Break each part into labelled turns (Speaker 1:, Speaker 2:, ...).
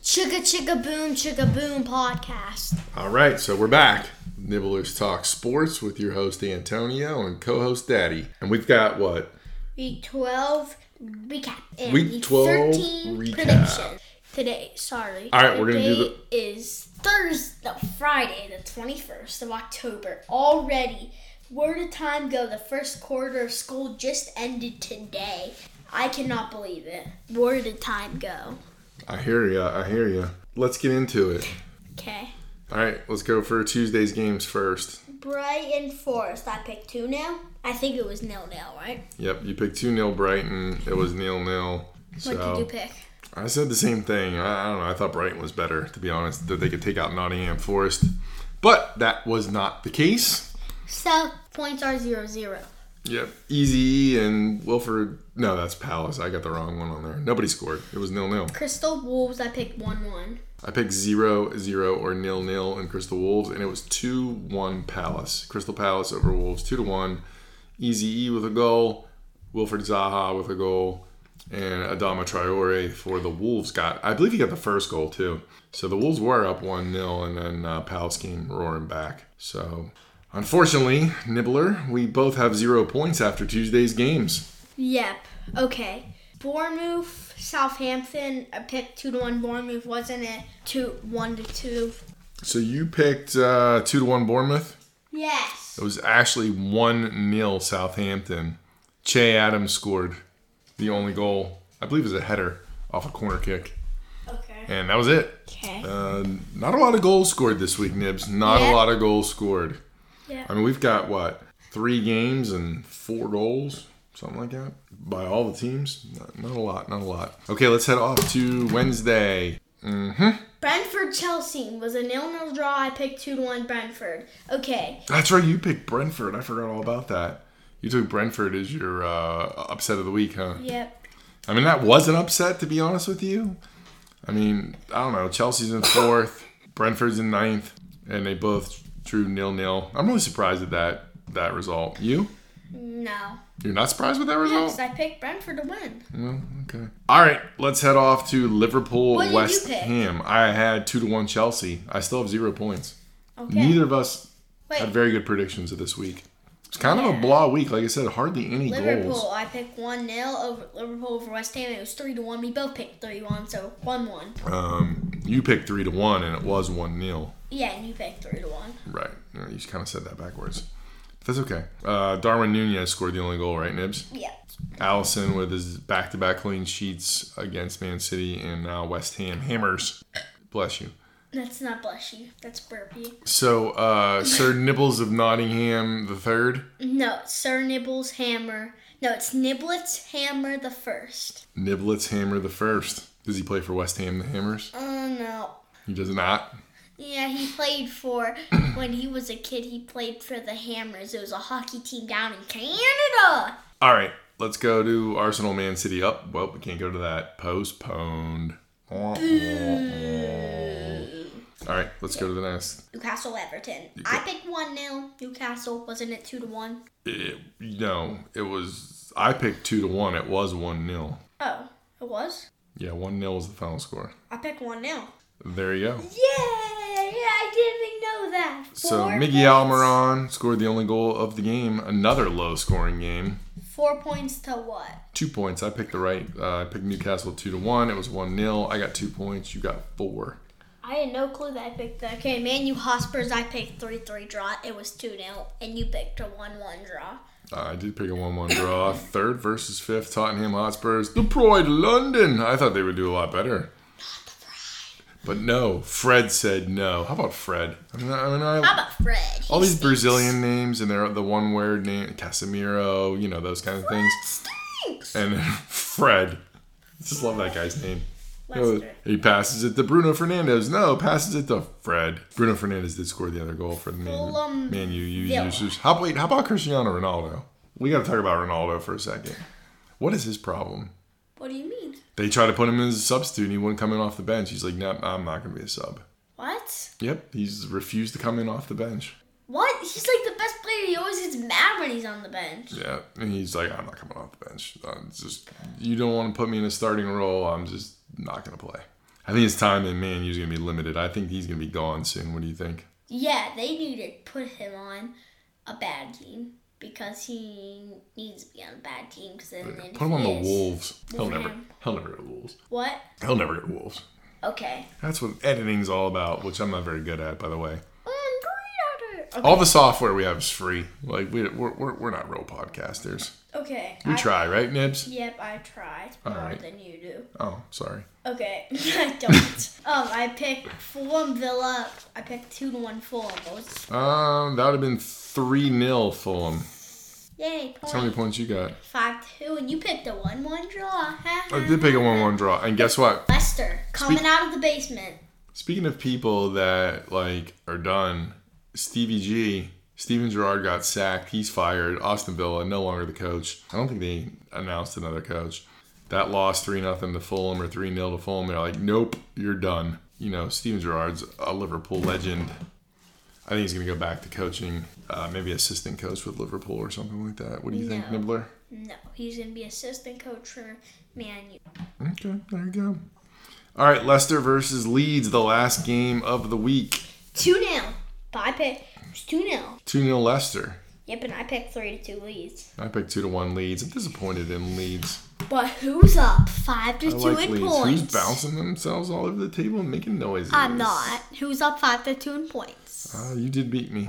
Speaker 1: Chugga Chugga Boom Chugga Boom podcast.
Speaker 2: All right, so we're back. Nibblers Talk Sports with your host Antonio and co-host Daddy, and we've got what?
Speaker 1: Week 12 recap and
Speaker 2: Week 12
Speaker 1: 13
Speaker 2: recap.
Speaker 1: prediction. Today, sorry.
Speaker 2: All right, we're gonna do
Speaker 1: Today is Thursday, no, Friday, the 21st of October. Already, where did time go? The first quarter of school just ended today. I cannot believe it. Where did time go?
Speaker 2: I hear ya. I hear ya. Let's get into it.
Speaker 1: Okay.
Speaker 2: All right, let's go for Tuesday's games first.
Speaker 1: Brighton Forest. I picked two now. I think it was nil nil, right?
Speaker 2: Yep, you picked two 0 Brighton. It was nil nil. So
Speaker 1: What did you pick?
Speaker 2: I said the same thing. I, I don't know. I thought Brighton was better, to be honest, that they could take out Nottingham Forest, but that was not the case.
Speaker 1: So points are zero zero.
Speaker 2: Yep, Easy and Wilford. No, that's Palace. I got the wrong one on there. Nobody scored. It was nil nil.
Speaker 1: Crystal Wolves. I picked one one.
Speaker 2: I picked zero zero or nil nil in Crystal Wolves, and it was two one Palace. Crystal Palace over Wolves two to one. Easy E with a goal, Wilfred Zaha with a goal, and Adama Traore for the Wolves got. I believe he got the first goal too. So the Wolves were up one 0 and then uh, Palace came roaring back. So unfortunately, Nibbler, we both have zero points after Tuesday's games.
Speaker 1: Yep. Okay. Bournemouth, Southampton. I picked two to one. Bournemouth wasn't it? Two one to two.
Speaker 2: So you picked uh, two to one Bournemouth.
Speaker 1: Yes.
Speaker 2: It was actually 1 0 Southampton. Che Adams scored the only goal. I believe it was a header off a corner kick.
Speaker 1: Okay.
Speaker 2: And that was it.
Speaker 1: Okay.
Speaker 2: Uh, not a lot of goals scored this week, Nibs. Not
Speaker 1: Yeah.
Speaker 2: a lot of goals scored.
Speaker 1: Yeah.
Speaker 2: I mean, we've got what? Three games and four goals? Something like that? By all the teams? Not, not a lot. Not a lot. Okay, let's head off to Wednesday. Mm-hmm.
Speaker 1: Brentford Chelsea was a nil nil draw. I picked two to one Brentford. Okay.
Speaker 2: That's right. You picked Brentford. I forgot all about that. You took Brentford as your uh, upset of the week, huh?
Speaker 1: Yep.
Speaker 2: I mean, that was an upset, to be honest with you. I mean, I don't know. Chelsea's in fourth, Brentford's in ninth, and they both drew nil nil. I'm really surprised at that that result. You?
Speaker 1: No.
Speaker 2: You're not surprised with that result?
Speaker 1: Yes, I picked Brentford to win.
Speaker 2: No? Okay. All right, let's head off to Liverpool
Speaker 1: What did you
Speaker 2: West
Speaker 1: pick?
Speaker 2: Ham. I had two to one Chelsea. I still have zero points.
Speaker 1: Okay.
Speaker 2: Neither of us
Speaker 1: Wait.
Speaker 2: had very good predictions of this week. It's kind of
Speaker 1: Yeah.
Speaker 2: a blah week. Like I said, hardly any
Speaker 1: Liverpool,
Speaker 2: goals.
Speaker 1: I picked 1 0 over Liverpool over West Ham. It was 3 to 1. We both picked 3 1, so 1 1.
Speaker 2: Um, you picked three to one, and it was one nil.
Speaker 1: Yeah, and you picked 3 to 1.
Speaker 2: Right. You, know, you just kind of said that backwards. But that's okay. Uh, Darwin Nunez scored the only goal, right, Nibs?
Speaker 1: Yeah.
Speaker 2: Allison with his back to back clean sheets against Man City and now West Ham Hammers. Bless you.
Speaker 1: That's not bless you. That's burpee.
Speaker 2: So, uh, Sir Nibbles of Nottingham the third.
Speaker 1: No, it's Sir Nibbles Hammer. No, it's Niblets Hammer the first.
Speaker 2: Niblets Hammer the first. Does he play for West Ham the Hammers?
Speaker 1: Oh, no.
Speaker 2: He does not.
Speaker 1: Yeah, he played for, when he was a kid, he played for the Hammers. It was a hockey team down in Canada.
Speaker 2: All right, let's go to Arsenal Man City up. Well, we can't go to that. Postponed. All right, let's go to the next.
Speaker 1: Newcastle Everton. I picked 1 0. Newcastle, wasn't it 2 to 1?
Speaker 2: It, no, it was. I picked two to one. It was one 0
Speaker 1: Oh, it was?
Speaker 2: Yeah, one 0 was the final score.
Speaker 1: I picked 1 0.
Speaker 2: There you go.
Speaker 1: Yay! I didn't know that.
Speaker 2: So
Speaker 1: Four
Speaker 2: Miggy Almiron scored the only goal of the game. Another low-scoring game.
Speaker 1: Four points to what?
Speaker 2: Two points. I picked the right. Uh, I picked Newcastle two to one. It was one 0 I got two points. You got four.
Speaker 1: I had no clue that I picked that. Okay, Man U Hospers, I picked 3 3 draw. It was 2 0. And you picked a 1 1 draw.
Speaker 2: Uh, I did pick a one-one draw. Third versus fifth. Tottenham Hotspurs. The Pride London. I thought they would do a lot better. But no, Fred said no. How about Fred? I mean, I, I mean, I,
Speaker 1: How about Fred? He
Speaker 2: all these
Speaker 1: stinks.
Speaker 2: Brazilian names and they're the one word name Casemiro, you know those kind of things.
Speaker 1: Stinks!
Speaker 2: And Fred, just love that guy's name. Oh,
Speaker 1: Lester.
Speaker 2: He passes it to Bruno Fernandez. No, passes it to Fred. Bruno Fernandez did score the other goal for the
Speaker 1: Fulham
Speaker 2: Man, man U U
Speaker 1: Villa.
Speaker 2: users. How wait? How about Cristiano Ronaldo? We got to talk about Ronaldo for a second. What is his problem?
Speaker 1: What do you mean?
Speaker 2: They tried to put him in as a substitute, and he wouldn't come in off the bench. He's like, "No, I'm not going to be a sub."
Speaker 1: What?
Speaker 2: Yep, he's refused to come in off the bench.
Speaker 1: What? He's like the best player. He always gets mad when he's on the bench.
Speaker 2: Yeah, and he's like, I'm not coming off the bench. I'm just you don't want to put me in a starting role. I'm just not gonna play. I think his time in Man U is going to be limited. I think he's going to be gone soon. What do you think?
Speaker 1: Yeah, they need to put him on a bad team because he needs to be on a bad team. Because then if
Speaker 2: Put him on
Speaker 1: he
Speaker 2: the
Speaker 1: is-
Speaker 2: Wolves. He'll never.
Speaker 1: Wolverhampton.
Speaker 2: He'll never get Wolves.
Speaker 1: What?
Speaker 2: He'll never get Wolves.
Speaker 1: Okay.
Speaker 2: That's what editing's all about, which I'm not very good at, by the way.
Speaker 1: Mm, great order. Okay.
Speaker 2: All the software we have is free. Like we, we're, we're, we're not real podcasters.
Speaker 1: okay.
Speaker 2: We
Speaker 1: I-
Speaker 2: try, right, Nibs?
Speaker 1: Yep, I try more
Speaker 2: Alright.
Speaker 1: than you do.
Speaker 2: Oh, sorry.
Speaker 1: Okay, I don't. um, I picked Fulham Villa. I picked two to one Fulham. It was-
Speaker 2: Um, that would have been three 0 Fulham.
Speaker 1: Yay,
Speaker 2: How many
Speaker 1: point
Speaker 2: points you got?
Speaker 1: five two, and you picked a one one draw.
Speaker 2: I did pick a one-one draw, and guess what?
Speaker 1: Leicester coming out of the basement.
Speaker 2: Speaking of people that like are done, Stevie G, Steven Gerrard got sacked. He's fired. Austin Villa no longer the coach. I don't think they announced another coach. That loss three 0 to Fulham or three 0 to Fulham. They're like, nope, you're done. You know, Steven Gerrard's a Liverpool legend. I think he's gonna go back to coaching, uh, maybe assistant coach with Liverpool or something like that. What do you think,
Speaker 1: No.
Speaker 2: Nibbler?
Speaker 1: No, he's gonna be assistant coach for Man U.
Speaker 2: Okay, there you go. All right, Leicester versus Leeds, the last game of the week.
Speaker 1: Two 0 But I picked two 0
Speaker 2: 2 0 Leicester.
Speaker 1: Yep, and I picked three to two leads.
Speaker 2: I picked 2 to 1 Leeds. I'm disappointed in Leeds.
Speaker 1: But who's up? Five to
Speaker 2: I
Speaker 1: two
Speaker 2: like
Speaker 1: in
Speaker 2: Leeds.
Speaker 1: points.
Speaker 2: Who's bouncing themselves all over the table and making noises?
Speaker 1: I'm not. Who's up five to two in points?
Speaker 2: Oh, you did beat me.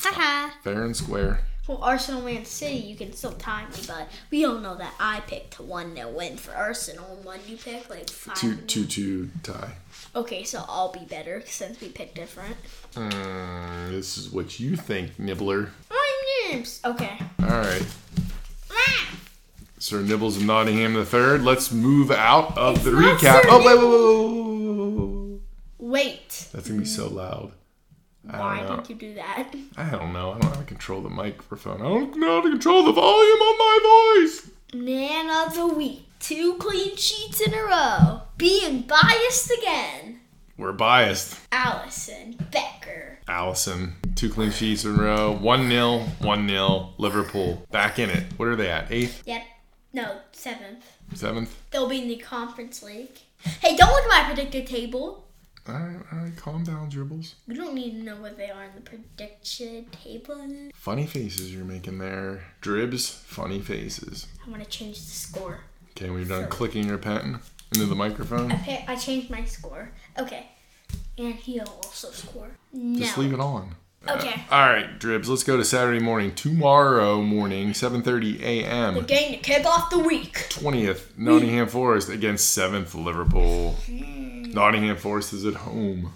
Speaker 1: Haha.
Speaker 2: Fair and square.
Speaker 1: Well, Arsenal Man City, you can still tie me, but we all know that I picked a 1 0 win for Arsenal. and One you pick, like 5
Speaker 2: 2 2 2 tie.
Speaker 1: Okay, so I'll be better since we picked different.
Speaker 2: Mm, this is what you think, Nibbler.
Speaker 1: My name's. Okay.
Speaker 2: All right.
Speaker 1: Ah!
Speaker 2: Sir Nibbles of Nottingham the third. Let's move out of the
Speaker 1: not
Speaker 2: recap.
Speaker 1: Sir
Speaker 2: oh, wait, wait, wait, wait, wait, wait, wait.
Speaker 1: Wait.
Speaker 2: That's going to be so loud. I
Speaker 1: Why
Speaker 2: don't know.
Speaker 1: did you do that?
Speaker 2: I don't know. I don't know how to control the microphone. I don't know how to control the volume on my voice.
Speaker 1: Man of the week. Two clean sheets in a row. Being biased again.
Speaker 2: We're biased.
Speaker 1: Allison Becker.
Speaker 2: Allison, two clean sheets in a row. 1 0, 1 0, Liverpool. Back in it. What are they at? Eighth?
Speaker 1: Yep. No, seventh.
Speaker 2: Seventh?
Speaker 1: They'll be in the conference league. Hey, don't look at my predicted table.
Speaker 2: All right, all right, calm down, dribbles.
Speaker 1: We don't need to know what they are in the prediction table. I
Speaker 2: Funny faces you're making there. Dribs, funny faces.
Speaker 1: want to change the score.
Speaker 2: Okay, we're done clicking your pen into the microphone.
Speaker 1: Okay, I changed my score. Okay. And he'll also score. No.
Speaker 2: Just leave it Uh, on.
Speaker 1: Okay.
Speaker 2: All right, Dribs, let's go to Saturday morning. Tomorrow morning, 7.30 a.m.
Speaker 1: Game to kick off the week.
Speaker 2: 20th, Nottingham Forest against 7th Liverpool. Nottingham Forest is at home.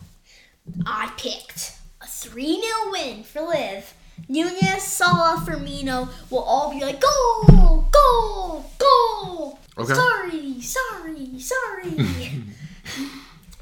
Speaker 1: I picked a 3 0 win for Liv. Nunez, Salah, Firmino will all be like, goal, goal, goal.
Speaker 2: Okay.
Speaker 1: Sorry, sorry, sorry.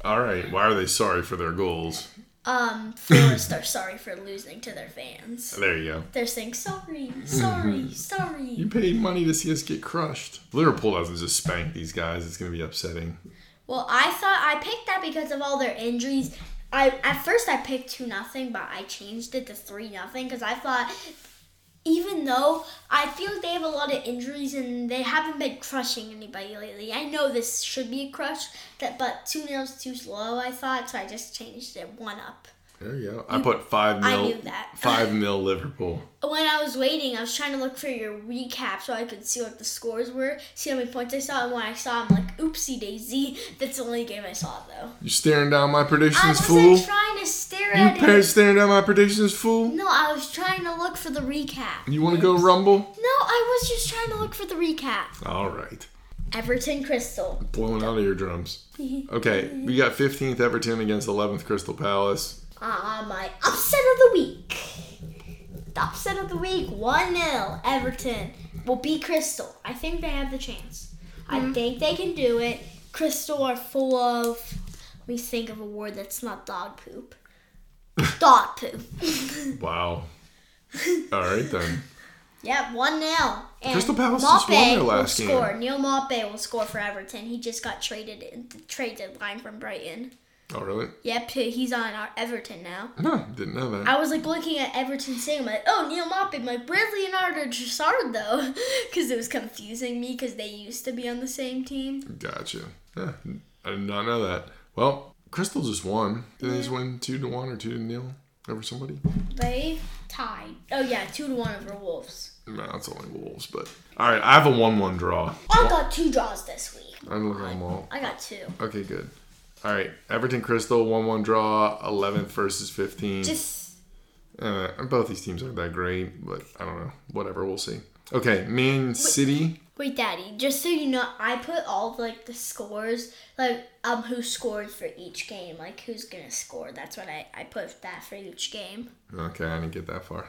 Speaker 2: All right, why are they sorry for their goals?
Speaker 1: um, Forest are sorry for losing to their fans.
Speaker 2: There you go.
Speaker 1: They're saying sorry, sorry, sorry.
Speaker 2: You paid money to see us get crushed. Liverpool doesn't just spank these guys. It's going to be upsetting.
Speaker 1: Well, I thought I picked that because of all their injuries. I at first I picked two nothing, but I changed it to three nothing because I thought even though I feel they have a lot of injuries and they haven't been crushing anybody lately. I know this should be a crush, that but two nils too slow. I thought so. I just changed it one up.
Speaker 2: There you go. I put 5
Speaker 1: I
Speaker 2: mil.
Speaker 1: knew that.
Speaker 2: 5 mil Liverpool.
Speaker 1: When I was waiting, I was trying to look for your recap so I could see what the scores were, see how many points I saw, and when I saw, I'm like, oopsie daisy. That's the only game I saw though.
Speaker 2: You staring down my
Speaker 1: I
Speaker 2: predictions,
Speaker 1: wasn't
Speaker 2: fool?
Speaker 1: trying to stare
Speaker 2: You
Speaker 1: at it.
Speaker 2: parents staring down my predictions, fool?
Speaker 1: No, I was trying to look for the recap.
Speaker 2: You want to go rumble?
Speaker 1: No, I was just trying to look for the recap.
Speaker 2: All right.
Speaker 1: Everton Crystal.
Speaker 2: Blowing out of your drums. Okay, we got 15th Everton against 11th Crystal Palace.
Speaker 1: Ah, my upset of the week. The upset of the week 1 0. Everton will beat Crystal. I think they have the chance.
Speaker 2: Hmm.
Speaker 1: I think they can do it. Crystal are full of. Let me think of a word that's not dog poop. Dog poop.
Speaker 2: Wow. All right then.
Speaker 1: Yep, 1 0.
Speaker 2: Crystal Palace just won their last
Speaker 1: will
Speaker 2: game.
Speaker 1: score. Neil Mape will score for Everton. He just got traded in the trade deadline from Brighton.
Speaker 2: Oh really?
Speaker 1: Yep, he's on our Everton now.
Speaker 2: No, didn't know that.
Speaker 1: I was like looking at Everton saying, like, oh, Neil Mape, my Bradley and Arda Trossard, though. Because it was confusing me because they used to be on the same team.
Speaker 2: Gotcha. Yeah, I did not know that. Well, Crystal just won. Did they just win two to one or two to nil over somebody?
Speaker 1: They tied. Oh yeah, two to one over Wolves.
Speaker 2: No, it's only Wolves. But all right, I have a one-one draw.
Speaker 1: I got two draws this week.
Speaker 2: I'm looking at them all.
Speaker 1: I got two.
Speaker 2: Okay, good. All right, Everton Crystal one-one draw. Eleventh versus fifteenth.
Speaker 1: Just
Speaker 2: Uh, both these teams aren't that great, but I don't know. Whatever, we'll see. Okay, Man City.
Speaker 1: wait, Daddy. Just so you know, I put all of, like the scores, like um, who scored for each game, like who's gonna score. That's what I I put that for each game.
Speaker 2: Okay, I didn't get that far.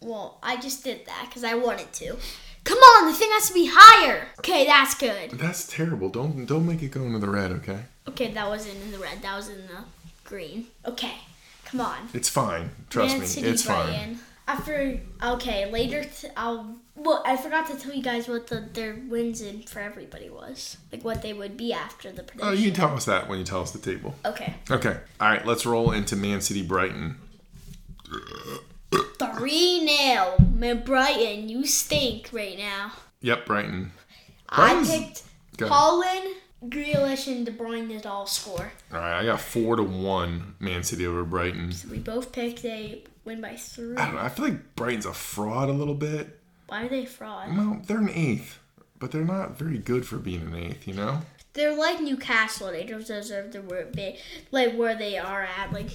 Speaker 1: Well, I just did that because I wanted to. Come on, the thing has to be higher. Okay, that's good.
Speaker 2: That's terrible. Don't don't make it go into the red. Okay,
Speaker 1: Okay, that wasn't in the red. That was in the green. Okay, come on.
Speaker 2: it's fine. Trust me, it's fine.
Speaker 1: Brighton. After okay, later t- I'll. Well, I forgot to tell you guys what the, their wins in for everybody was, like what they would be after the prediction.
Speaker 2: Oh, you can tell us that when you tell us the table.
Speaker 1: okay,
Speaker 2: Okay. All right, let's roll into Man City Brighton.
Speaker 1: three nil. Man, Brighton, you stink right now.
Speaker 2: Yep, Brighton.
Speaker 1: I
Speaker 2: Brighton's-
Speaker 1: picked
Speaker 2: Go ahead.
Speaker 1: Holland, Grealish, and De Bruyne did all score.
Speaker 2: All right, I got four to one Man City over Brighton.
Speaker 1: We both picked a win by three.
Speaker 2: I don't know. I feel like Brighton's a fraud a little bit.
Speaker 1: Why are they fraud?
Speaker 2: Well, they're an eighth, but they're not very good for being an eighth. You know.
Speaker 1: They're like Newcastle. They don't deserve the where they, like where they are at. Like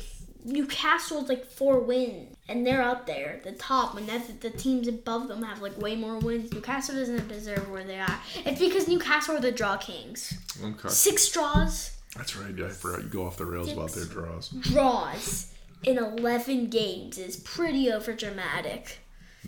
Speaker 1: Newcastle's like four wins, and they're up there, the top. And that's the teams above them have like way more wins. Newcastle doesn't deserve where they are. It's because Newcastle are the draw kings.
Speaker 2: Okay.
Speaker 1: Six draws,
Speaker 2: That's right. Yeah, I forgot you go off the rails about their draws.
Speaker 1: draws in eleven games is pretty over dramatic.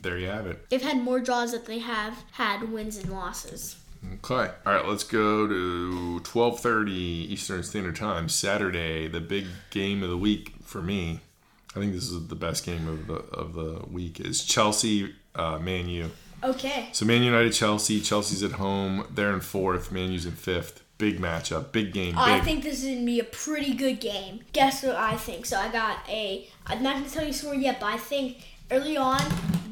Speaker 2: There you have it.
Speaker 1: They've had more draws than they have had wins and losses.
Speaker 2: Okay. All right, let's go to 12:30 Eastern Standard Time Saturday, the big game of the week for me. I think this is the best game of the of the week is Chelsea uh, Man U.
Speaker 1: Okay.
Speaker 2: So Man United Chelsea, Chelsea's at home, they're in 4th, Man U's in 5th. Big matchup, big game, big.
Speaker 1: Oh, I think this is gonna be a pretty good game. Guess what I think? So I got a. I'm not gonna tell you score yet, but I think early on,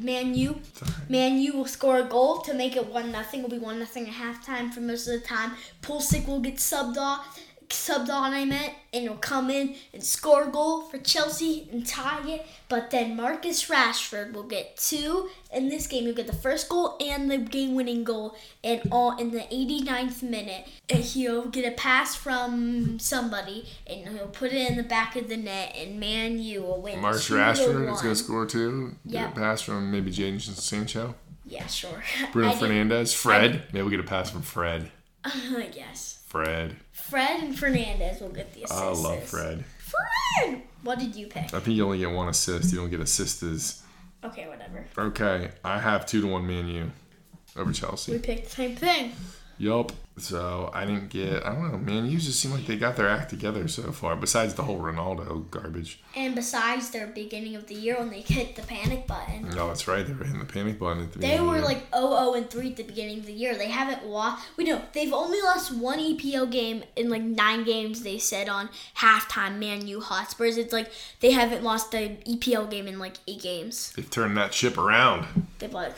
Speaker 1: Man U, Man U will score a goal to make it one nothing. Will be one nothing at halftime for most of the time. Pulisic will get subbed off, subbed on. I meant, and he'll come in and score a goal for Chelsea and tie it. But then Marcus Rashford will get two in this game. He'll get the first goal and the game-winning goal, and all in the 89th minute. And he'll get a pass from somebody, and he'll put it in the back of the net. And Man U will win.
Speaker 2: Mark
Speaker 1: 2 to
Speaker 2: Rashford is going to
Speaker 1: one.
Speaker 2: score too. Get
Speaker 1: Yeah.
Speaker 2: a pass from maybe Jadon Sancho.
Speaker 1: Yeah, sure.
Speaker 2: Bruno
Speaker 1: I didn't-
Speaker 2: Fernandez. Fred. Maybe we get a pass from Fred.
Speaker 1: I guess.
Speaker 2: Fred.
Speaker 1: Fred and Fernandez will get the assists.
Speaker 2: I love Fred.
Speaker 1: Fred! What did you pick?
Speaker 2: I think you only get one assist. You don't get assists.
Speaker 1: Okay, whatever.
Speaker 2: Okay, I have two to one Man U over
Speaker 1: We
Speaker 2: Chelsea.
Speaker 1: picked the same thing.
Speaker 2: Yup. So I didn't get. I don't know. Man U just seem like they got their act together so far. Besides the whole Ronaldo garbage.
Speaker 1: And besides their beginning of the year when they hit the panic button,
Speaker 2: No, that's right. They were hitting the panic button at the
Speaker 1: they
Speaker 2: beginning.
Speaker 1: were
Speaker 2: of the year.
Speaker 1: like 0 and 3 at the beginning of the year. They haven't lost. We know they've only lost one EPL game in like nine games, they said on halftime Man U Hotspurs. It's like they haven't lost the EPL game in like eight games.
Speaker 2: They've turned that ship around.
Speaker 1: They've like.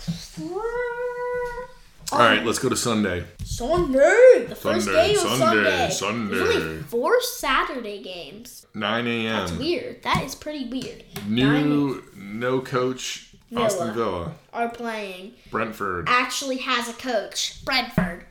Speaker 2: All right, let's go to Sunday.
Speaker 1: Sunday. The first day
Speaker 2: Sunday,
Speaker 1: was Sunday.
Speaker 2: Sunday,
Speaker 1: There's only
Speaker 2: Sunday.
Speaker 1: four Saturday games.
Speaker 2: 9
Speaker 1: It's
Speaker 2: a.m.
Speaker 1: weird. That is pretty weird. Nine
Speaker 2: New no coach Austin Villa.
Speaker 1: are playing.
Speaker 2: Brentford.
Speaker 1: Actually has a coach. Brentford.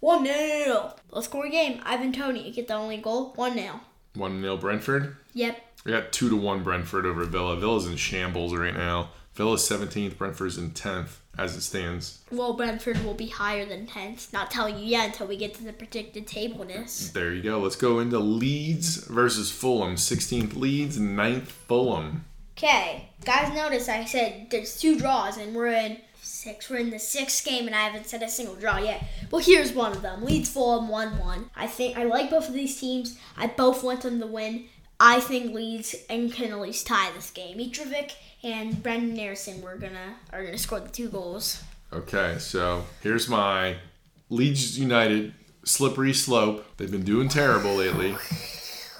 Speaker 1: One 0 Let's score a game. Ivan Tony get the only goal. One 0
Speaker 2: One 0 Brentford.
Speaker 1: Yep.
Speaker 2: We got two to one Brentford over Villa. Villa's in shambles right now. Villa's seventeenth, Brentford's in tenth as it stands.
Speaker 1: Well, Brentford will be higher than tenth. Not telling you yet until we get to the predicted tableness.
Speaker 2: There you go. Let's go into Leeds versus Fulham. Sixteenth Leeds, 9th Fulham.
Speaker 1: Okay, guys, notice I said there's two draws, and we're in six. We're in the sixth game, and I haven't said a single draw yet. Well, here's one of them: Leeds Fulham one one. I think I like both of these teams. I both want them to win. I think Leeds and can at least tie this game. Mitrovic and Brendan Harrison were gonna are gonna score the two goals.
Speaker 2: Okay, so here's my Leeds United slippery slope. They've been doing terrible lately.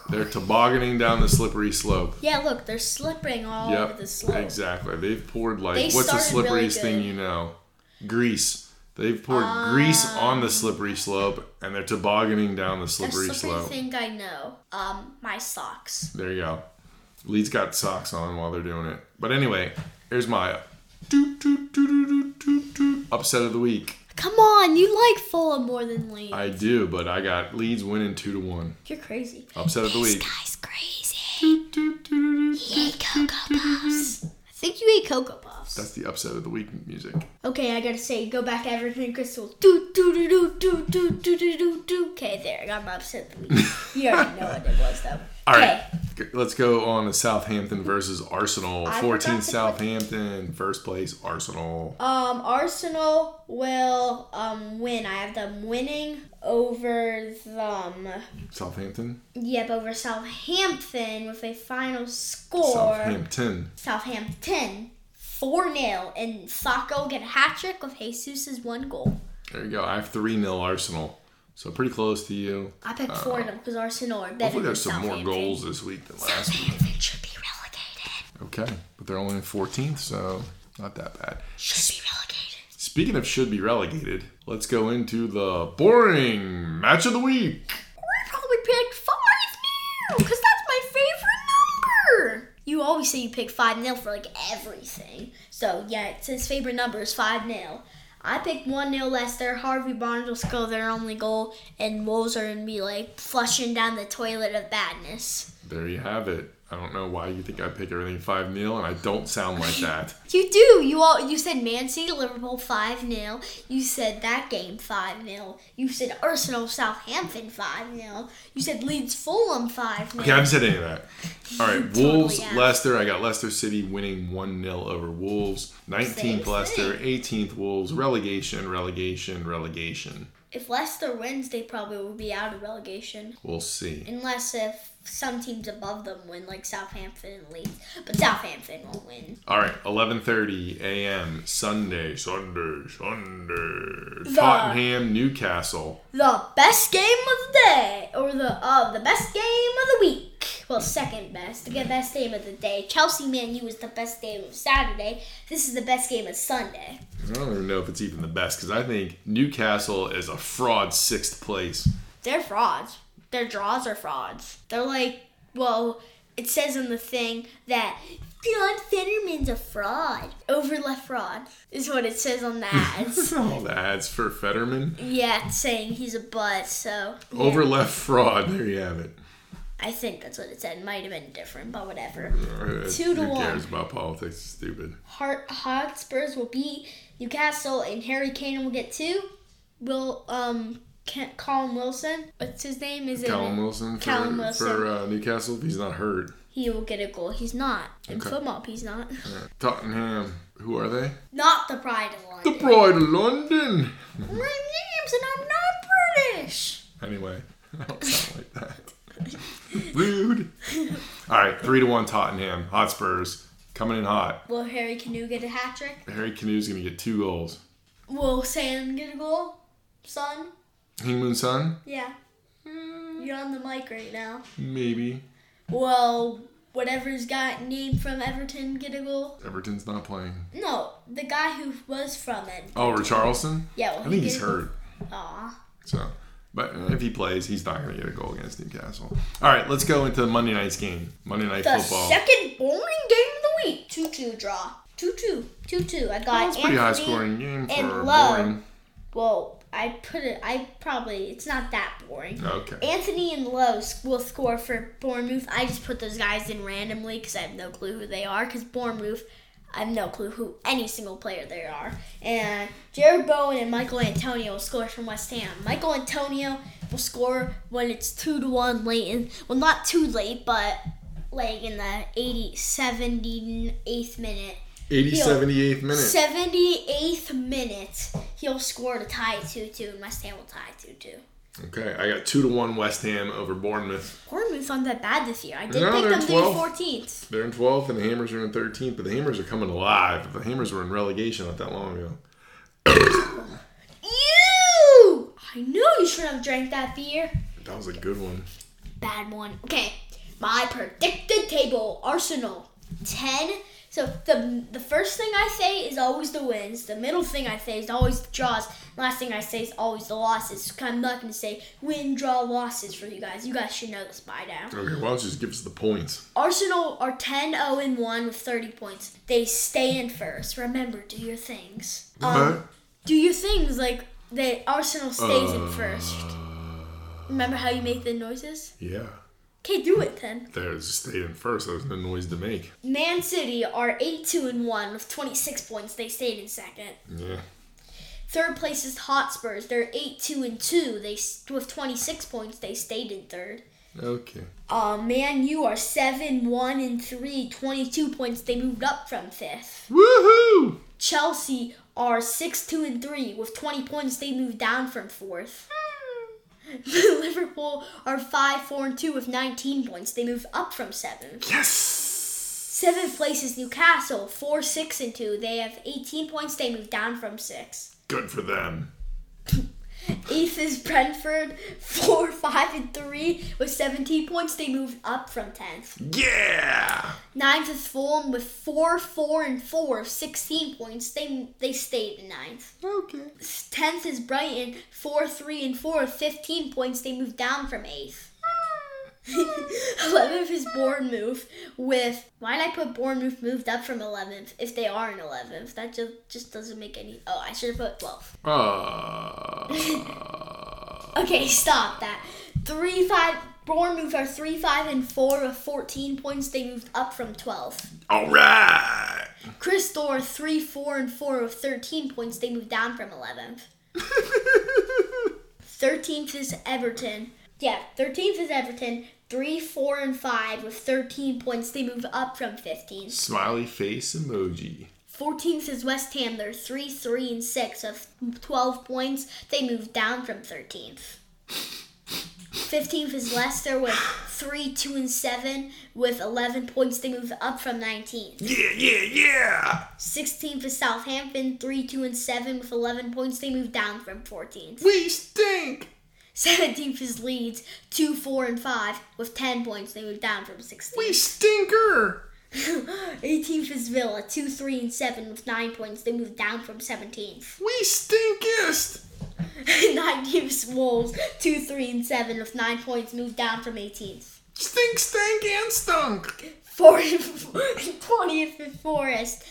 Speaker 2: They're tobogganing down the slippery slope.
Speaker 1: Yeah, look, they're slipping all over
Speaker 2: Yep.
Speaker 1: the slope.
Speaker 2: Exactly. They've poured like
Speaker 1: They
Speaker 2: what's the
Speaker 1: started really
Speaker 2: slipperiest thing
Speaker 1: good.
Speaker 2: you know? Grease. They've poured grease
Speaker 1: Ah.
Speaker 2: on the slippery slope and they're tobogganing down the
Speaker 1: The
Speaker 2: slippery
Speaker 1: slippery
Speaker 2: slope.
Speaker 1: thing I know. Um, my socks.
Speaker 2: There you go. Lee's got socks on while they're doing it. But anyway, here's my doot, doot, doot, doot, doot, doot, doot. upset of the week.
Speaker 1: Come on, you like Fulham more than Lee.
Speaker 2: I do, but I got Leeds winning two to one.
Speaker 1: You're crazy.
Speaker 2: Upset of the
Speaker 1: This
Speaker 2: week.
Speaker 1: guy's crazy.
Speaker 2: Doot, doot, doot, doot, doot.
Speaker 1: He ate Cocoa Puffs. I think you ate Cocoa Puffs.
Speaker 2: That's the upset of the week music.
Speaker 1: Okay, I gotta say, go back to Everton and Crystal. Do do do do do do do do do do. Okay, there, I got my upset of the week. You already know what it was though.
Speaker 2: All
Speaker 1: okay.
Speaker 2: right, g- let's go on to Southampton versus Arsenal.
Speaker 1: I
Speaker 2: 14
Speaker 1: forgot to put-
Speaker 2: Southampton, first place Arsenal.
Speaker 1: Um, Arsenal will um win. I have them winning over them.
Speaker 2: Southampton?
Speaker 1: Yep, over Southampton with a final score.
Speaker 2: Southampton.
Speaker 1: Southampton four 0 and Sako get a hat trick with Jesus's one goal.
Speaker 2: There you go. I have 3 nil Arsenal. So pretty close to you.
Speaker 1: I picked four of them because Arsenal are better
Speaker 2: Hopefully
Speaker 1: than
Speaker 2: there's some more
Speaker 1: Southampton.
Speaker 2: goals this week than last week.
Speaker 1: Southampton should be relegated.
Speaker 2: Okay, but they're only in 14th, so not that bad.
Speaker 1: Should be relegated.
Speaker 2: Speaking of should be relegated, let's go into the boring match of the week.
Speaker 1: I probably picked five now because that's my favorite number. You always say you pick five nil for like everything. So yeah, it's his favorite number is five nil. I picked one nil Leicester. Harvey Barnes will score their only goal, and Wolves are gonna be like flushing down the toilet of badness.
Speaker 2: There you have it. I don't know why you think I pick everything 5 0, and I don't sound like that.
Speaker 1: You do. You all. You said Man City Liverpool five 0 You said that game five 0 You said Arsenal Southampton five 0 You said Leeds Fulham five 0
Speaker 2: Okay, I haven't said any of that. All right,
Speaker 1: Totally
Speaker 2: Wolves,
Speaker 1: have.
Speaker 2: Leicester. I got Leicester City winning 1 0 over Wolves. 19th
Speaker 1: Same
Speaker 2: Leicester, 18th Wolves. Relegation, relegation, relegation.
Speaker 1: If Leicester wins, they probably will be out of relegation.
Speaker 2: We'll see.
Speaker 1: Unless if some teams above them win, like Southampton and Leeds. But Southampton won't win.
Speaker 2: All right, 11:30 a.m. Sunday, Sunday, Sunday.
Speaker 1: The-
Speaker 2: Tottenham, Newcastle.
Speaker 1: The best game of the day, or the uh, the best game of the week. Well, second best. The best game of the day. Chelsea Man U was the best game of Saturday. This is the best game of Sunday.
Speaker 2: I don't even know if it's even the best because I think Newcastle is a fraud sixth place.
Speaker 1: They're frauds. Their draws are frauds. They're like, well, it says in the thing that John Fetterman's a fraud. Overleft fraud is what it says on the ads.
Speaker 2: All the ads for Fetterman.
Speaker 1: yeah, it's saying he's a butt, so. yeah.
Speaker 2: Overleft fraud. There you have it.
Speaker 1: I think that's what it said. Might have been different, but whatever.
Speaker 2: Two
Speaker 1: to
Speaker 2: Who
Speaker 1: one.
Speaker 2: cares about politics? It's Stupid.
Speaker 1: Hart Hotspurs will beat Newcastle, and Harry Kane will get two. Will, um, Ken- Colin Wilson, what's his name? Is
Speaker 2: Callum
Speaker 1: it?
Speaker 2: Wilson for,
Speaker 1: Callum Wilson.
Speaker 2: for uh, Newcastle. He's not hurt.
Speaker 1: He will get a goal. He's not. In
Speaker 2: Okay.
Speaker 1: football, he's not.
Speaker 2: Tottenham. Who are they?
Speaker 1: Not the pride of London.
Speaker 2: The Pride of London.
Speaker 1: My name's and I'm not British.
Speaker 2: Anyway, I don't sound like that. Rude. All right, three to one Tottenham. Hotspurs coming in hot.
Speaker 1: Will Harry Canoe get a hat trick?
Speaker 2: Harry Canute's gonna get two goals.
Speaker 1: Will Sam get a goal? Son?
Speaker 2: Hingmoon Sun,
Speaker 1: Yeah. You're on the mic right now.
Speaker 2: maybe.
Speaker 1: Will whatever's got named from Everton get a goal?
Speaker 2: Everton's not playing.
Speaker 1: No, the guy who was from it.
Speaker 2: Oh, Richarlison.
Speaker 1: Yeah, well,
Speaker 2: I think he's hurt.
Speaker 1: Aw.
Speaker 2: So, but uh, if he plays, he's not gonna get a goal against Newcastle. All right, let's go into Monday night's game. Monday night
Speaker 1: The
Speaker 2: football.
Speaker 1: second boring game of the week. 2 2 draw. 2 2. 2 2. I got
Speaker 2: That's pretty high
Speaker 1: Anthony
Speaker 2: scoring game for
Speaker 1: and
Speaker 2: a
Speaker 1: Lowe.
Speaker 2: boring.
Speaker 1: Well, I put it. I probably it's not that boring.
Speaker 2: Okay.
Speaker 1: Anthony and Lowe s- will score for Bournemouth. I just put those guys in randomly because I have no clue who they are. Because Bournemouth, I have no clue who any single player they are. And Jared Bowen and Michael Antonio will score from West Ham. Michael Antonio will score when it's two to one late. In, well, not too late, but like in the 80, 78th minute.
Speaker 2: 80,
Speaker 1: He'll-
Speaker 2: 78th minute.
Speaker 1: 78th minute, he'll score to tie it 2 2, and West Ham will tie it 2 2.
Speaker 2: Okay, I got two to one West Ham over Bournemouth.
Speaker 1: Bournemouth aren't that bad this year. I did
Speaker 2: No,
Speaker 1: pick
Speaker 2: they're
Speaker 1: them to be
Speaker 2: 12th.
Speaker 1: 14th.
Speaker 2: They're in 12th, and the Hammers are in 13th. But the Hammers are coming alive. If the Hammers were in relegation not that long ago.
Speaker 1: Ew! I knew you shouldn't have drank that beer.
Speaker 2: That was a good one.
Speaker 1: Bad one. Okay, my predicted table Arsenal 10, So the the first thing I say is always the wins. The middle thing I say is always the draws. Last thing I say is always the losses. I'm not going to say win, draw, losses for you guys. You guys should know this by now.
Speaker 2: Okay, why don't you just give us the points?
Speaker 1: Arsenal are 10 0 and 1 with 30 points. They stay in first. Remember, do your things. Um,
Speaker 2: What?
Speaker 1: do your things like that. Arsenal stays in first. Remember how you make the noises?
Speaker 2: Yeah.
Speaker 1: Okay, do it then.
Speaker 2: There's stayed in first. There's no noise to make.
Speaker 1: Man City are 8 2 and 1 with 26 points. They stayed in second.
Speaker 2: Yeah.
Speaker 1: Third place is Hotspurs. They're 8 2 and 2. They s- with 26 points. They stayed in third.
Speaker 2: Okay.
Speaker 1: Uh, Man U are 7 1 and 3, 22 points. They moved up from fifth.
Speaker 2: Woohoo!
Speaker 1: Chelsea are 6 2 and 3 with 20 points. They moved down from fourth. Liverpool are 5 4 and 2 with 19 points. They moved up from seventh.
Speaker 2: Yes.
Speaker 1: Seventh place is Newcastle, 4 6 and 2. They have 18 points. They moved down from sixth.
Speaker 2: Good for them.
Speaker 1: Eighth is Brentford, 4 5 and 3 with 17 points. They moved up from 10th.
Speaker 2: Yeah.
Speaker 1: Ninth is Fulham with 4 4 and 4, 16 points. They, they stayed in ninth.
Speaker 2: Okay.
Speaker 1: 10th is Brighton, 4 3 and 4 with 15 points. They moved down from 8th. 11th is Bournemouth with. Why did I put Bournemouth moved up from 11th if they are in 11th? That just, just doesn't make any. Oh, I should have put 12.
Speaker 2: Uh,
Speaker 1: Okay, stop that. 3 5. Bournemouth are 3 5 and 4 with 14 points. They moved up from 12th.
Speaker 2: all right.
Speaker 1: Crystal are 3 4 and 4 with 13 points. They moved down from 11th. 13th is Everton. Yeah, 13th is Everton. 3, 4, and 5 with 13 points. They move up from 15th.
Speaker 2: Smiley face emoji.
Speaker 1: 14th is West Ham. They're 3, 3, and 6 with 12 points. They move down from 13th. 15th is Leicester with 3, 2, and 7 with 11 points. They move up from 19th.
Speaker 2: Yeah, yeah, yeah.
Speaker 1: 16th is Southampton. 3, 2, and 7 with 11 points. They move down from 14th.
Speaker 2: We stink.
Speaker 1: 17th is Leeds, 2, 4, and 5, with 10 points. They moved down from 16th.
Speaker 2: stinker.
Speaker 1: 18th is Villa, 2, 3, and 7, with 9 points. They moved down from 17th.
Speaker 2: We stinkest.
Speaker 1: 19th is Wolves, 2, 3, and 7, with 9 points. Moved down from 18th.
Speaker 2: Stink, stank, and stunk.
Speaker 1: 40th, 20th is Forest,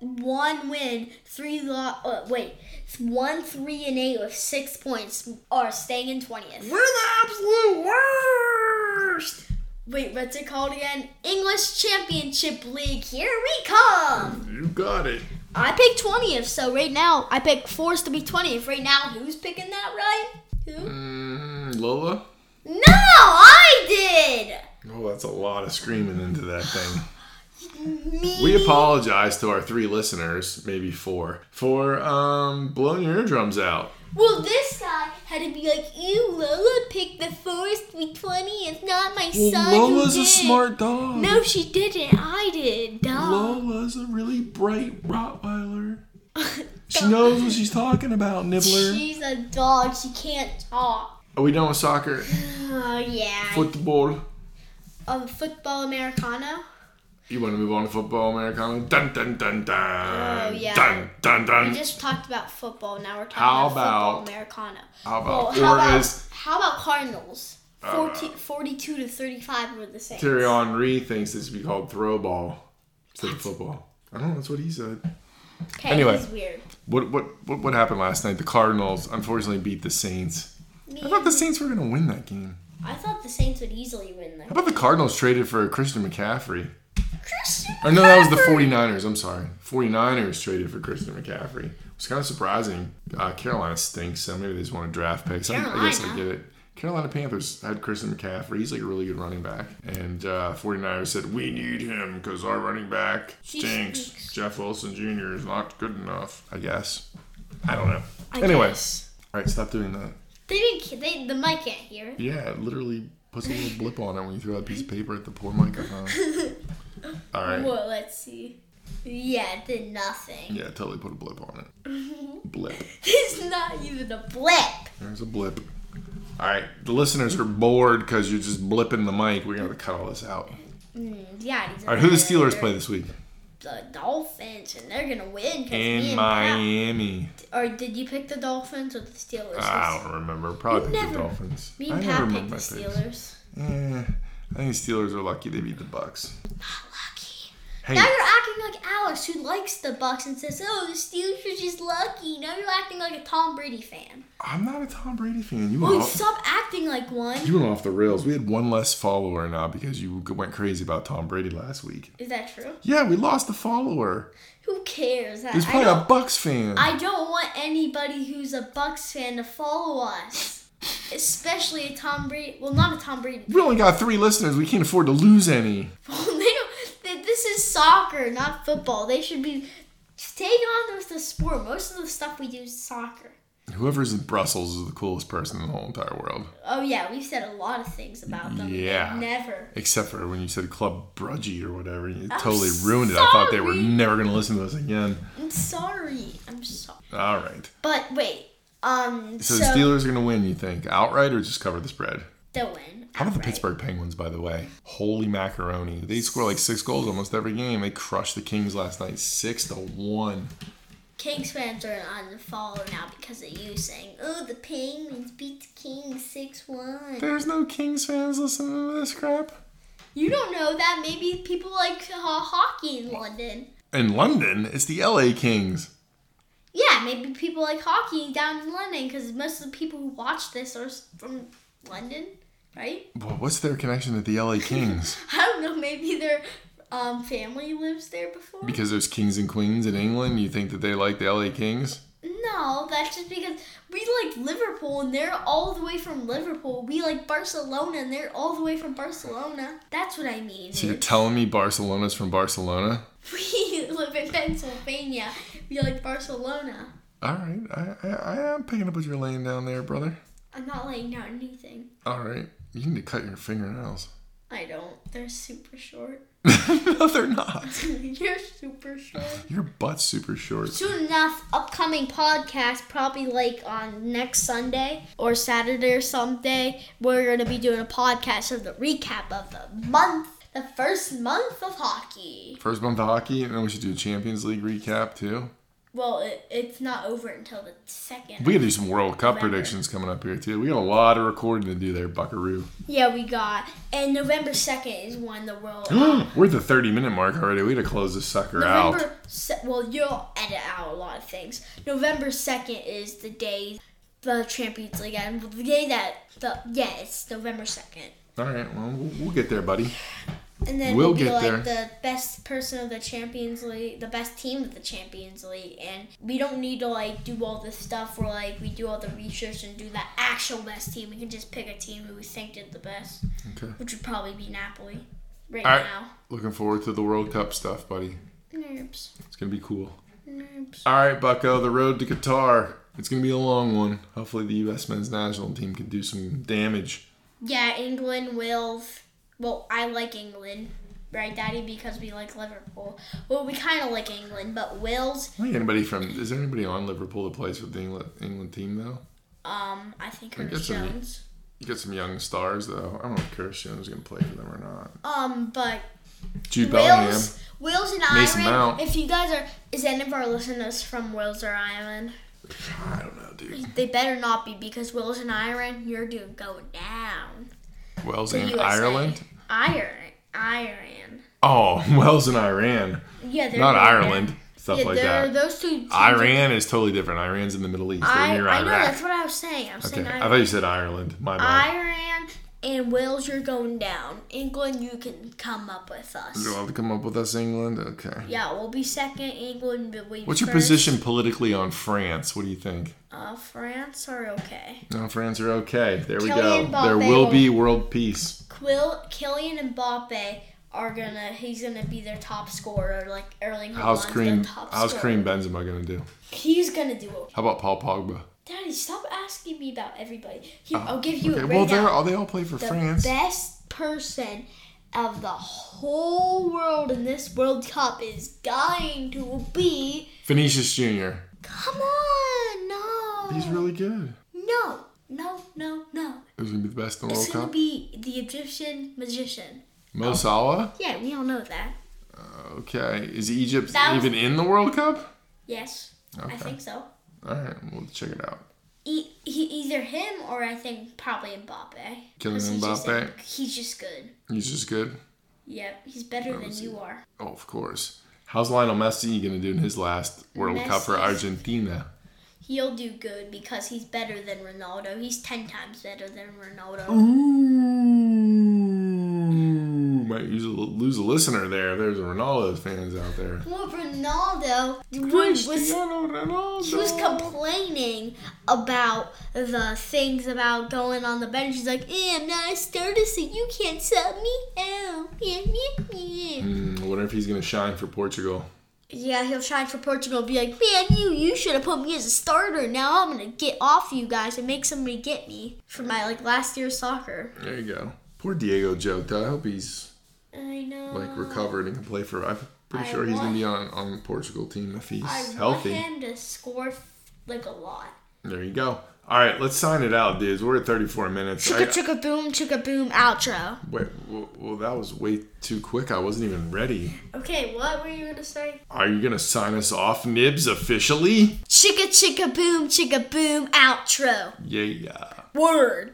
Speaker 1: 1 win, 3 lo- uh, wait, 1, 3, and 8, with 6 points, are staying in 20th.
Speaker 2: We're the absolute worst.
Speaker 1: Wait, what's it called again? English Championship League, here we come!
Speaker 2: You got it.
Speaker 1: I picked 20th, so right now I picked Forrest to be 20th. Right now, who's picking that right? Who?
Speaker 2: Mm, Lola.
Speaker 1: No, I did!
Speaker 2: Oh, that's a lot of screaming into that thing.
Speaker 1: Me.
Speaker 2: We apologize to our three listeners, maybe four, for um, blowing your eardrums out.
Speaker 1: well, this guy had to be like, ew, Lola picked the Forrest to be 20th, not my son. who
Speaker 2: Lola's a
Speaker 1: did."
Speaker 2: smart dog.
Speaker 1: No, she didn't. I did. Duh.
Speaker 2: Lola's a really bright Rottweiler. She knows what she's talking about, Nibbler.
Speaker 1: She's a dog. She can't talk.
Speaker 2: Are we done with soccer?
Speaker 1: Oh, yeah.
Speaker 2: Football.
Speaker 1: um, football Americano?
Speaker 2: You want to move on to football, Americano? Dun dun dun dun.
Speaker 1: Oh, yeah.
Speaker 2: Dun dun
Speaker 1: We
Speaker 2: dun.
Speaker 1: just talked about football. Now we're talking
Speaker 2: Um, How
Speaker 1: about,
Speaker 2: about-
Speaker 1: football Americano.
Speaker 2: How
Speaker 1: Well,
Speaker 2: about Uh,
Speaker 1: how
Speaker 2: or
Speaker 1: about,
Speaker 2: as
Speaker 1: how about Cardinals? 40, 42 to 35 were the same.
Speaker 2: Thierry Henry thinks this should be called throw ball instead of football? I don't know. That's what he said.
Speaker 1: Okay,
Speaker 2: Anyway.
Speaker 1: he's weird.
Speaker 2: What what what, what happened last night? The Cardinals unfortunately beat the Saints.
Speaker 1: Me,
Speaker 2: I thought the Saints were going to win that game.
Speaker 1: I thought the Saints would easily win
Speaker 2: How
Speaker 1: though.
Speaker 2: about the Cardinals traded for Christian McCaffrey?
Speaker 1: Christian
Speaker 2: Or Oh, no, that was the 49ers. I'm sorry. 49ers traded for Christian McCaffrey. It's kind of surprising. Uh, Carolina stinks, so maybe they just want a draft pick. So I- I guess I
Speaker 1: Carolina.
Speaker 2: get it. Carolina Panthers had Christian McCaffrey. He's like a really good running back. And uh, 49ers said, We need him because our running back stinks.
Speaker 1: stinks.
Speaker 2: Jeff Wilson Jr. is not good enough, I guess. I don't know.
Speaker 1: I
Speaker 2: anyway.
Speaker 1: guess.
Speaker 2: All right, stop doing that.
Speaker 1: They didn't. They the mic can't hear it.
Speaker 2: Yeah, it literally puts a little blip on it when you throw that piece of paper at the poor microphone. All right.
Speaker 1: Well, let's see. Yeah, it did nothing.
Speaker 2: Yeah, totally put a blip on it.
Speaker 1: Mm-hmm.
Speaker 2: Blip.
Speaker 1: It's not even a blip.
Speaker 2: There's a blip. All right, the listeners are bored because you're just blipping the mic. We're gonna cut all this out.
Speaker 1: Mm, yeah, he's.
Speaker 2: All right, who the Steelers play this week?
Speaker 1: the Dolphins, and they're gonna win. 'cause me
Speaker 2: in
Speaker 1: and Pat-
Speaker 2: Miami.
Speaker 1: Or did you pick the Dolphins or the Steelers?
Speaker 2: I don't remember. Probably
Speaker 1: You
Speaker 2: picked the
Speaker 1: never-
Speaker 2: Dolphins.
Speaker 1: me
Speaker 2: I
Speaker 1: and
Speaker 2: never
Speaker 1: Pat picked
Speaker 2: remember
Speaker 1: the
Speaker 2: my picks.
Speaker 1: Steelers.
Speaker 2: Eh, I think Steelers are lucky they beat the Bucks.
Speaker 1: Lucky.
Speaker 2: Hey,
Speaker 1: Now you're acting like Alex, who likes the Bucks and says, "Oh, the Steelers are just lucky." Now you're acting like a Tom Brady fan.
Speaker 2: I'm not a Tom Brady fan. You went
Speaker 1: Oh,
Speaker 2: off,
Speaker 1: stop acting like one.
Speaker 2: you went off the rails. We had one less follower now because you went crazy about Tom Brady last week.
Speaker 1: Is that true?
Speaker 2: Yeah, we lost a follower.
Speaker 1: Who cares? I,
Speaker 2: There's
Speaker 1: I
Speaker 2: probably
Speaker 1: don't,
Speaker 2: a Bucks fan.
Speaker 1: I don't want anybody who's a Bucks fan to follow us, especially a Tom Brady. Well, not a Tom Brady.
Speaker 2: we only got three listeners. We can't afford to lose any.
Speaker 1: Well, they don't, th- this is soccer, not football. They should be staying on with the sport. Most of the stuff we do is soccer.
Speaker 2: Whoever's in Brussels is the coolest person in the whole entire world.
Speaker 1: Oh yeah, we've said a lot of things about them.
Speaker 2: Yeah.
Speaker 1: Never.
Speaker 2: Except for when you said Club Brudgy or whatever. You totally ruined it. I thought they were
Speaker 1: Oh, sorry.
Speaker 2: never going to listen to us again.
Speaker 1: I'm sorry. I'm sorry.
Speaker 2: All right.
Speaker 1: But wait. Um.
Speaker 2: So,
Speaker 1: So,
Speaker 2: the Steelers are going to win, you think? Outright or just cover the spread?
Speaker 1: they'll win.
Speaker 2: How about the
Speaker 1: outright.
Speaker 2: Pittsburgh Penguins, by the way? Holy macaroni. They score like six goals almost every game. They crushed the Kings last night, six to one.
Speaker 1: Kings fans are on the fall now because of you saying, "Oh, the Penguins beat the Kings six one."
Speaker 2: There's no Kings fans listening to this crap.
Speaker 1: You don't know that. Maybe people like uh, hockey in London.
Speaker 2: In London, it's the LA Kings.
Speaker 1: Yeah, maybe people like hockey down in London because most of the people who watch this are s- from London, right?
Speaker 2: Well, what's their connection to the LA Kings?
Speaker 1: I don't know. Maybe their um, family lives there before.
Speaker 2: because there's kings and queens in England, you think that they like the LA Kings?
Speaker 1: No, that's just because we like Liverpool and they're all the way from Liverpool. We like Barcelona and they're all the way from Barcelona. That's what I mean.
Speaker 2: So you're
Speaker 1: dude.
Speaker 2: telling me Barcelona's from Barcelona?
Speaker 1: we live in Pennsylvania. We like Barcelona.
Speaker 2: All right, I, I, I am picking up what you're laying down there, brother.
Speaker 1: I'm not laying down anything.
Speaker 2: All right, you need to cut your fingernails.
Speaker 1: I don't. They're super short.
Speaker 2: no, they're not.
Speaker 1: You're super short.
Speaker 2: Your butt's super short.
Speaker 1: Soon enough, upcoming podcast, probably like on next Sunday or Saturday or someday, we're going to be doing a podcast of the recap of the month, the first month of hockey.
Speaker 2: First month of hockey, and then we should do a Champions League recap too.
Speaker 1: Well, it, it's not over until the second.
Speaker 2: We gotta do some World Cup
Speaker 1: Remember.
Speaker 2: predictions coming up here too. We got a lot of recording to do there, Buckaroo.
Speaker 1: yeah, we got. And November 2nd is when the world.
Speaker 2: We're at the 30 minute mark already. We gotta close this sucker out.
Speaker 1: November. Se- well, you'll edit out a lot of things. November 2nd is the day the Champions League and the day that. the Yeah, it's November 2nd.
Speaker 2: All right, well, we'll we'll get there, buddy.
Speaker 1: And then
Speaker 2: We'll
Speaker 1: we'll, be
Speaker 2: get
Speaker 1: like the best person of the Champions League, the best team of the Champions League, and we don't need to like do all this stuff where like we do all the research and do the actual best team. We can just pick a team who we think did the best,
Speaker 2: Okay.
Speaker 1: which would probably be Napoli right
Speaker 2: All right.
Speaker 1: now.
Speaker 2: Looking forward to the World Cup stuff, buddy.
Speaker 1: Nerps,
Speaker 2: It's gonna be cool.
Speaker 1: nerps.
Speaker 2: All right, Bucko, the road to Qatar. It's gonna be a long one. Hopefully, the U.S. men's national team can do some damage.
Speaker 1: Yeah, England, Wales. Well, I like England, right, Daddy, because we like Liverpool. Well, we kind of like England, but Wales.
Speaker 2: I think anybody from is there anybody on Liverpool that plays for the England England team though?
Speaker 1: Um, I think
Speaker 2: I
Speaker 1: Ernest
Speaker 2: guess I-
Speaker 1: Jones.
Speaker 2: You got some young stars though. I don't know if Curtis Jones is gonna play for them or not.
Speaker 1: Um, but
Speaker 2: Jude Bellingham.
Speaker 1: Wales, Wales and
Speaker 2: Mason
Speaker 1: Ireland.
Speaker 2: Mount.
Speaker 1: If you guys are, is any of our listeners from Wales or Ireland?
Speaker 2: I don't know, dude.
Speaker 1: They better not be because Wales and Ireland, you're doing going down.
Speaker 2: Wales
Speaker 1: The
Speaker 2: and
Speaker 1: USA.
Speaker 2: Ireland.
Speaker 1: Ireland, Ireland.
Speaker 2: Oh, Wales and Iran,
Speaker 1: Yeah, they're
Speaker 2: not
Speaker 1: going down.
Speaker 2: Ireland. Stuff
Speaker 1: Yeah,
Speaker 2: like
Speaker 1: they're-
Speaker 2: that.
Speaker 1: Those two. teams-
Speaker 2: Iran is totally different. Iran's in the Middle East. They're
Speaker 1: I,
Speaker 2: near
Speaker 1: I know
Speaker 2: Iraq.
Speaker 1: that's what I was saying. I'm
Speaker 2: okay,
Speaker 1: saying
Speaker 2: I
Speaker 1: Ireland.
Speaker 2: thought you said Ireland. My bad.
Speaker 1: Ireland and Wales, you're going down. England, you can come up with us.
Speaker 2: You'll have to come up with us, England. Okay.
Speaker 1: Yeah, we'll be second. England, but we.
Speaker 2: What's your
Speaker 1: first.
Speaker 2: position politically on France? What do you think?
Speaker 1: Uh, France are okay.
Speaker 2: No, France are okay. There we
Speaker 1: Kylian
Speaker 2: go. There will
Speaker 1: Mbappe.
Speaker 2: be world peace.
Speaker 1: Quill, Killian, and Mbappe are gonna. He's gonna be their top scorer, like Erling Haaland's
Speaker 2: How's Kareem?
Speaker 1: their top
Speaker 2: How's
Speaker 1: scorer.
Speaker 2: Kareem Benzema gonna do?
Speaker 1: He's gonna do it.
Speaker 2: How about Paul Pogba?
Speaker 1: Daddy, stop asking me about everybody. Here, I'll give you
Speaker 2: Oh, Okay,
Speaker 1: it right
Speaker 2: well, they're
Speaker 1: now.
Speaker 2: all they all play for
Speaker 1: The
Speaker 2: France.
Speaker 1: best person of the whole world in this World Cup is going to be.
Speaker 2: Vinicius Junior.
Speaker 1: Come on, no.
Speaker 2: He's really good.
Speaker 1: no, no, no, no.
Speaker 2: Who's gonna be the best in the
Speaker 1: It's
Speaker 2: World
Speaker 1: gonna
Speaker 2: Cup?
Speaker 1: be the Egyptian magician.
Speaker 2: Mo Salah.
Speaker 1: Yeah, we all know that.
Speaker 2: Okay. Is Egypt
Speaker 1: That was-
Speaker 2: even in the World Cup?
Speaker 1: Yes, I
Speaker 2: Okay.
Speaker 1: think so.
Speaker 2: All right, we'll check it out.
Speaker 1: E- he, either him or I think probably Mbappe.
Speaker 2: Kylian
Speaker 1: 'Cause he's just-
Speaker 2: Mbappe?
Speaker 1: he's just good.
Speaker 2: He's just good.
Speaker 1: Yep, he's better than you are.
Speaker 2: Oh, of course. How's Lionel Messi going to do in his last World Cup for
Speaker 1: Messi's-
Speaker 2: Argentina?
Speaker 1: He'll do good because he's better than Ronaldo. He's ten times better than Ronaldo.
Speaker 2: Oh. Mm. Ooh, might use a, lose a listener there. There's Ronaldo fans out there.
Speaker 1: Well, Ronaldo was, was
Speaker 2: Cristiano Ronaldo.
Speaker 1: he was complaining about the things about going on the bench. He's like, eh, "I'm not a starter, so you can't sub me out." Yeah, yeah, yeah.
Speaker 2: Hmm, I wonder if he's going to shine for Portugal.
Speaker 1: Yeah, he'll shine for Portugal. and Be like, "Man, you you should have put me as a starter. Now I'm gonna get off you guys and make somebody get me for my like last year's soccer."
Speaker 2: There you go. Poor Diego Jota. I hope he's
Speaker 1: I know.
Speaker 2: like recovered and can play for. I'm pretty
Speaker 1: Mm. I
Speaker 2: sure he's going
Speaker 1: want-
Speaker 2: to be on on the Portugal team if he's
Speaker 1: I
Speaker 2: healthy.
Speaker 1: want him to score like a lot.
Speaker 2: There you go. All right, let's sign it out, dudes. We're at 34 minutes. I-
Speaker 1: Chicka chicka boom chicka boom outro.
Speaker 2: wait, well, well, that was way too quick. I wasn't even ready.
Speaker 1: Okay, what were you gonna say?
Speaker 2: Are you gonna sign us off, Nibs, officially?
Speaker 1: Chicka chicka boom chicka boom outro.
Speaker 2: Yeah.
Speaker 1: Word.